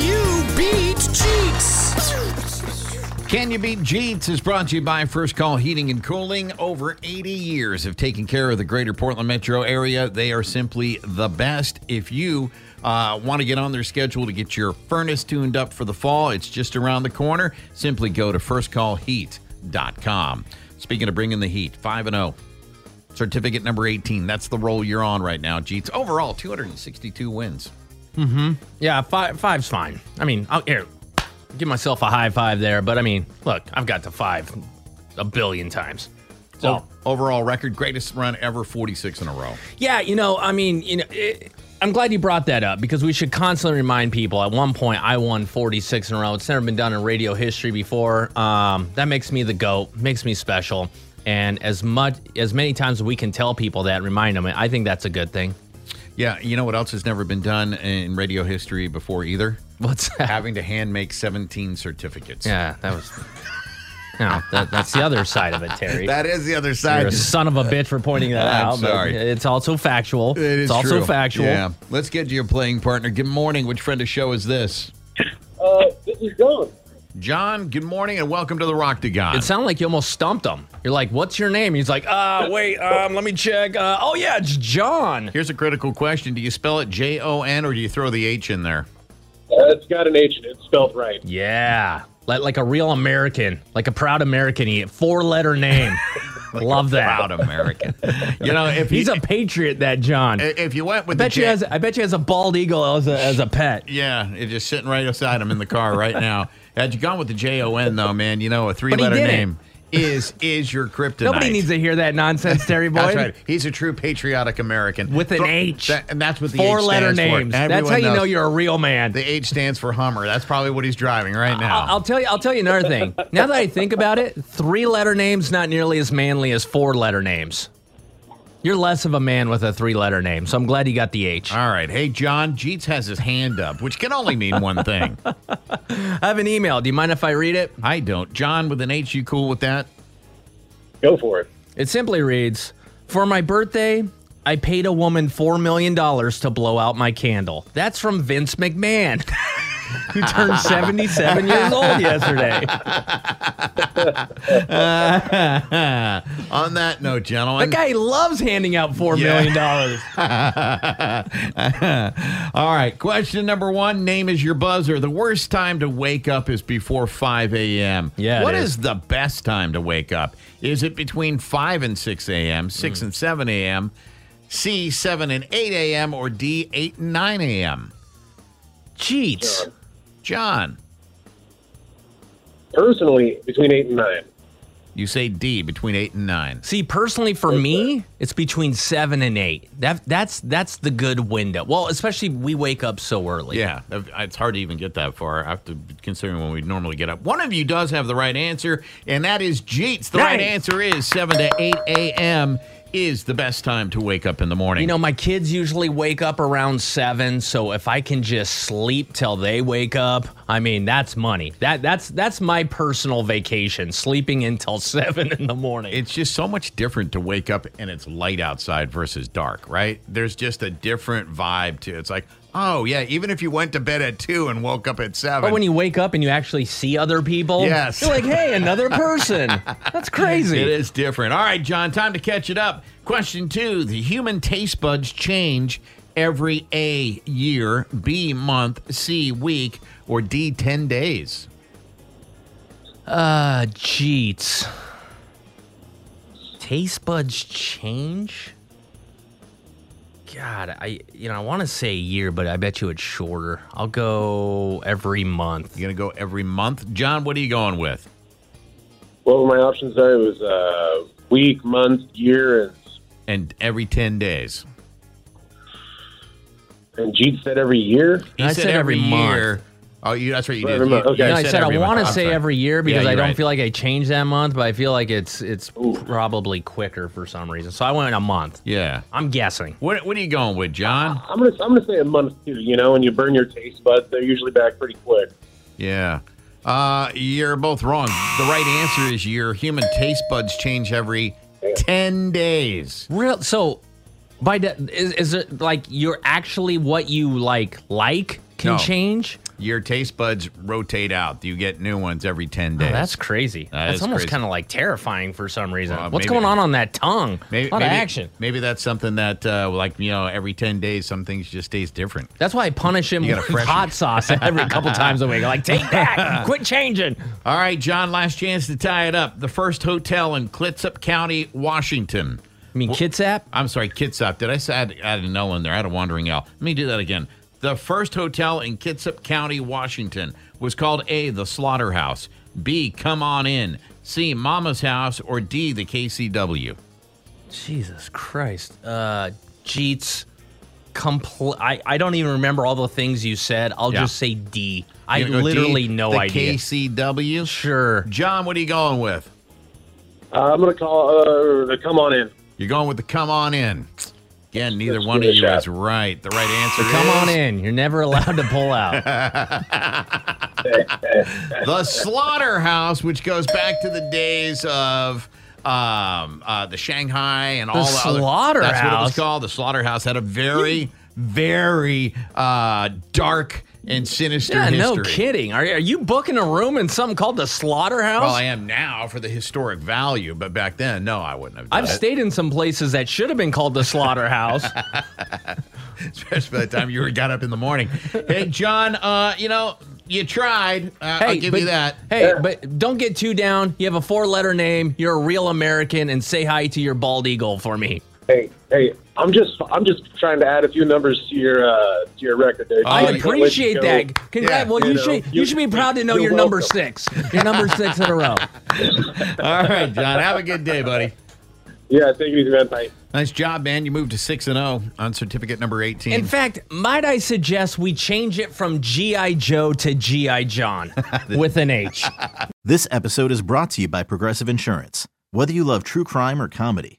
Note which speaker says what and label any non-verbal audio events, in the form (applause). Speaker 1: You Beat Cheats?
Speaker 2: Can You Beat Jeets is brought to you by First Call Heating and Cooling. Over 80 years of taking care of the greater Portland metro area. They are simply the best. If you uh, want to get on their schedule to get your furnace tuned up for the fall, it's just around the corner. Simply go to firstcallheat.com. Speaking of bringing the heat, 5 and 0. Certificate number 18. That's the roll you're on right now, Jeets. Overall, 262 wins.
Speaker 3: Yeah, five five's fine. I mean, I'll here, give myself a high five there, but I mean, look, I've got to five a billion times. So
Speaker 2: O- overall record, greatest run ever, 46 in a row.
Speaker 3: yeah, you know, I mean, you know, it, I'm glad you brought that up because we should constantly remind people. At one point, I won 46 in a row. It's never been done in radio history before. Um, that makes me the goat. Makes me special. And as much as many times we can tell people that, remind them, I think that's a good thing. (laughs)
Speaker 2: Yeah, you know what else has never been done in radio history before
Speaker 3: (laughs)
Speaker 2: either?
Speaker 3: What's that?
Speaker 2: Having to hand make 17 certificates.
Speaker 3: Yeah, that was. No, that, that's the other side of it, (laughs) Terry.
Speaker 2: That is the other
Speaker 3: You're
Speaker 2: side.
Speaker 3: a son of a bitch for pointing
Speaker 2: (laughs)
Speaker 3: that
Speaker 2: I'm
Speaker 3: out. but
Speaker 2: sorry.
Speaker 3: It's also factual.
Speaker 2: (laughs) It is
Speaker 3: it's also
Speaker 2: true.
Speaker 3: factual.
Speaker 2: Yeah. Let's get to your playing partner. Good morning. Which friend of show is this?
Speaker 4: Uh, this is John.
Speaker 2: John, good morning and welcome to the Rock to God.
Speaker 3: It sounded like you almost stumped him. You're like, "What's your name?" He's like, "Uh, wait, um, let me check. Uh, oh yeah, it's John."
Speaker 2: Here's a critical question. Do you spell it J O N or do you throw the H in there?
Speaker 4: Uh, it's got an H in it. It's spelled right.
Speaker 3: Yeah, like like a real American, like a proud American. He four-letter name.
Speaker 2: (laughs)
Speaker 3: Love that. (laughs)
Speaker 2: Proud American. you know, if
Speaker 3: He's
Speaker 2: you,
Speaker 3: a patriot, that John. I
Speaker 2: if you went with the
Speaker 3: bet
Speaker 2: J-
Speaker 3: you has. I bet you has a bald eagle as a as a pet.
Speaker 2: Yeah, it's just sitting right beside him in the car right
Speaker 3: (laughs)
Speaker 2: now. Had you gone with the J O N though, man, you know a three letter
Speaker 3: didn't.
Speaker 2: name is is your kryptonite.
Speaker 3: Nobody needs to hear that nonsense, Terry
Speaker 2: (laughs)
Speaker 3: boy.
Speaker 2: That's right. He's a true patriotic American
Speaker 3: With an
Speaker 2: Thro-
Speaker 3: H.
Speaker 2: that- and that's what the H
Speaker 3: Four letter
Speaker 2: stands for.
Speaker 3: names. That's
Speaker 2: Everyone
Speaker 3: how you
Speaker 2: knows
Speaker 3: know you're a real man.
Speaker 2: The H stands for Hummer. That's probably what he's driving right now.
Speaker 3: I'll, I'll tell you. I'll tell you another thing. Now that I think about it, three-letter names not nearly as manly as four-letter names. You're less of a man with a three-letter name, so I'm glad you got the H. I
Speaker 2: All right. Hey, John Jeets has his hand up, which can only mean one
Speaker 3: (laughs)
Speaker 2: thing.
Speaker 3: have an email. Do you mind if I read it?
Speaker 2: I don't. John with an H, you cool with that?
Speaker 4: Go for it.
Speaker 3: It simply reads: For my birthday, I paid a woman four million dollars to blow out my candle. That's from Vince McMahon. (laughs) Who turned 77 years old yesterday?
Speaker 2: On that note,
Speaker 3: That
Speaker 2: gentlemen.
Speaker 3: guy loves handing out four
Speaker 2: Yeah.
Speaker 3: million dollars.
Speaker 2: All right. Question number one Name is your buzzer. The worst time to wake up is before 5 a.m.
Speaker 3: Yeah, it
Speaker 2: What
Speaker 3: is.
Speaker 2: is. the best time to wake up? Is it between 5 and 6 a.m., 6
Speaker 3: Hmm.
Speaker 2: and 7 a.m., C, 7 and 8 a.m., or D, 8 and 9 a.m.?
Speaker 3: Cheats.
Speaker 2: John,
Speaker 4: Personally, between eight and nine.
Speaker 2: you say D, between 8 and 9.
Speaker 3: See, personally, for me, it's between seven and eight. That that's that's the good window. Well, especially we wake up so early.
Speaker 2: Yeah, I've- it's hard to even get that far after considering when we normally get up. One of you does have the right answer, and that is Jeets. The right
Speaker 3: Nice.
Speaker 2: answer is 7 to 8 a.m. is the best time to wake up in the morning.
Speaker 3: You know, my kids usually wake up around seven, so if I can just sleep till they wake up, I mean that's money. That that's that's my personal vacation, sleeping until (laughs) seven in the morning.
Speaker 2: it's just so much different to wake up and it's light outside versus dark, right? There's just a different vibe to it. It's like, oh, yeah, even if you went to bed at 2 and woke up at 7.
Speaker 3: but when you wake up and you actually see other people,
Speaker 2: Yes.
Speaker 3: you're like,
Speaker 2: (laughs)
Speaker 3: hey, another person. That's crazy.
Speaker 2: It is different. All right, John, time to catch it up. Question two The human taste buds change every A, year, B, month, C, week, or D, 10 days.
Speaker 3: Uh, Jeets. Taste buds change? God, I you know I want to say a year, but I bet you it's shorter. I'll go every month.
Speaker 2: You're going to go every month. John, what are you going with?
Speaker 4: What were my options there? It was uh, week, month, year, and
Speaker 2: And every 10 days.
Speaker 4: and Jeet said every year.
Speaker 2: He
Speaker 3: I said every month.
Speaker 2: year. Oh, you, that's right. You did.
Speaker 4: Every month,
Speaker 2: You-
Speaker 4: okay.
Speaker 2: you
Speaker 4: No,
Speaker 3: I said I
Speaker 2: every
Speaker 3: want to
Speaker 2: month. I'm
Speaker 3: say
Speaker 2: sorry.
Speaker 3: every year because
Speaker 2: Yeah,
Speaker 3: I
Speaker 2: you're
Speaker 3: don't
Speaker 2: right.
Speaker 3: feel like I changed that month, but I feel like it's it's
Speaker 4: Ooh.
Speaker 3: probably quicker for some reason. So I went a month.
Speaker 2: Yeah.
Speaker 3: I'm guessing.
Speaker 2: What, what are you going with, John?
Speaker 4: I'm gonna I'm gonna say a month too. You know, and you burn your taste buds. They're usually back pretty quick.
Speaker 2: Yeah. Uh, you're both wrong. The right answer is your human taste buds change every 10 days.
Speaker 3: Real so by de- is, is it like you're actually what you like like can
Speaker 2: No.
Speaker 3: change?
Speaker 2: Your taste buds rotate out. You get new ones every 10 days.
Speaker 3: Oh, that's crazy.
Speaker 2: That
Speaker 3: that's
Speaker 2: is
Speaker 3: almost
Speaker 2: crazy.
Speaker 3: kind of like terrifying for some reason.
Speaker 2: Well,
Speaker 3: What's
Speaker 2: maybe-
Speaker 3: going on on that tongue? a lot of action.
Speaker 2: Maybe that's something that, uh, like, you know, every 10 days, some things just stays different.
Speaker 3: That's why I punish him
Speaker 2: You
Speaker 3: with
Speaker 2: gotta freshen
Speaker 3: hot sauce every
Speaker 2: (laughs)
Speaker 3: couple times a week. Like, take that, quit changing.
Speaker 2: All right, John, last chance to tie it up. The first hotel in Clitsop County, Washington.
Speaker 3: I mean, Kitsap.
Speaker 2: I'm sorry, Kitsap. Did I say I had, I had an L in there? I had a wandering L. Let me do that again. The first hotel in Kitsap County, Washington was called A, the Slaughterhouse, B, Come On In, C, Mama's House, or D, the KCW.
Speaker 3: Jesus Christ, uh, Jeets. Compl- I, I don't even remember all the things you said. I'll
Speaker 2: Yeah.
Speaker 3: just say D. I
Speaker 2: You're gonna go
Speaker 3: literally
Speaker 2: D,
Speaker 3: no
Speaker 2: the
Speaker 3: idea.
Speaker 2: KCW?
Speaker 3: Sure.
Speaker 2: John, what are you going with?
Speaker 4: Uh, I'm gonna call. Uh, the come on in.
Speaker 2: You're going with the Come On In. Again, neither
Speaker 4: Let's
Speaker 2: one
Speaker 4: give
Speaker 2: of
Speaker 4: it a
Speaker 2: you
Speaker 4: shot.
Speaker 2: is right. The right answer
Speaker 3: Come
Speaker 2: is
Speaker 3: on in. You're never allowed to pull
Speaker 2: (laughs)
Speaker 3: out.
Speaker 2: the slaughterhouse, which goes back to the days of um, uh, the Shanghai and all the other- That's what it was
Speaker 3: slaughterhouse?
Speaker 2: called. The slaughterhouse had a very, very uh, dark and sinister
Speaker 3: yeah,
Speaker 2: history.
Speaker 3: no kidding. Are, are you booking a room in something called the slaughterhouse?
Speaker 2: Well, I am now for the historic value, but back then, no, I wouldn't have. Done
Speaker 3: I've
Speaker 4: Uh,
Speaker 2: it.
Speaker 3: stayed in some places that should have been called the
Speaker 4: (laughs)
Speaker 3: slaughterhouse.
Speaker 2: (laughs) especially by the time you were got up in the morning. Hey, John, uh, you know you tried. Uh, I'll give
Speaker 3: but,
Speaker 2: you that.
Speaker 3: Hey, but don't get too down. You have a four-letter name. You're a real American, and say hi to your bald eagle for me.
Speaker 4: Hey, hey, I'm just I'm just trying to add a few numbers to your uh, to your record there.
Speaker 2: I
Speaker 3: I
Speaker 4: Just let you
Speaker 3: appreciate
Speaker 4: go.
Speaker 3: that.
Speaker 2: Yeah,
Speaker 3: Congrats. well,
Speaker 4: you
Speaker 3: you,
Speaker 4: know,
Speaker 3: should you,
Speaker 4: you-
Speaker 3: should be proud to know
Speaker 4: you're
Speaker 3: you're number
Speaker 4: welcome.
Speaker 3: six. You're number six in a
Speaker 4: (laughs)
Speaker 3: row.
Speaker 2: All right, John, have a good day, buddy.
Speaker 4: Yeah, take it easy, man. Bye.
Speaker 2: Nice job, man. You moved to six and zero on certificate number eighteen.
Speaker 3: In fact, might I suggest we change it from GI Joe to GI
Speaker 4: (laughs)
Speaker 3: John with an H.
Speaker 5: This episode is brought to you by Progressive Insurance. Whether you love true crime or comedy,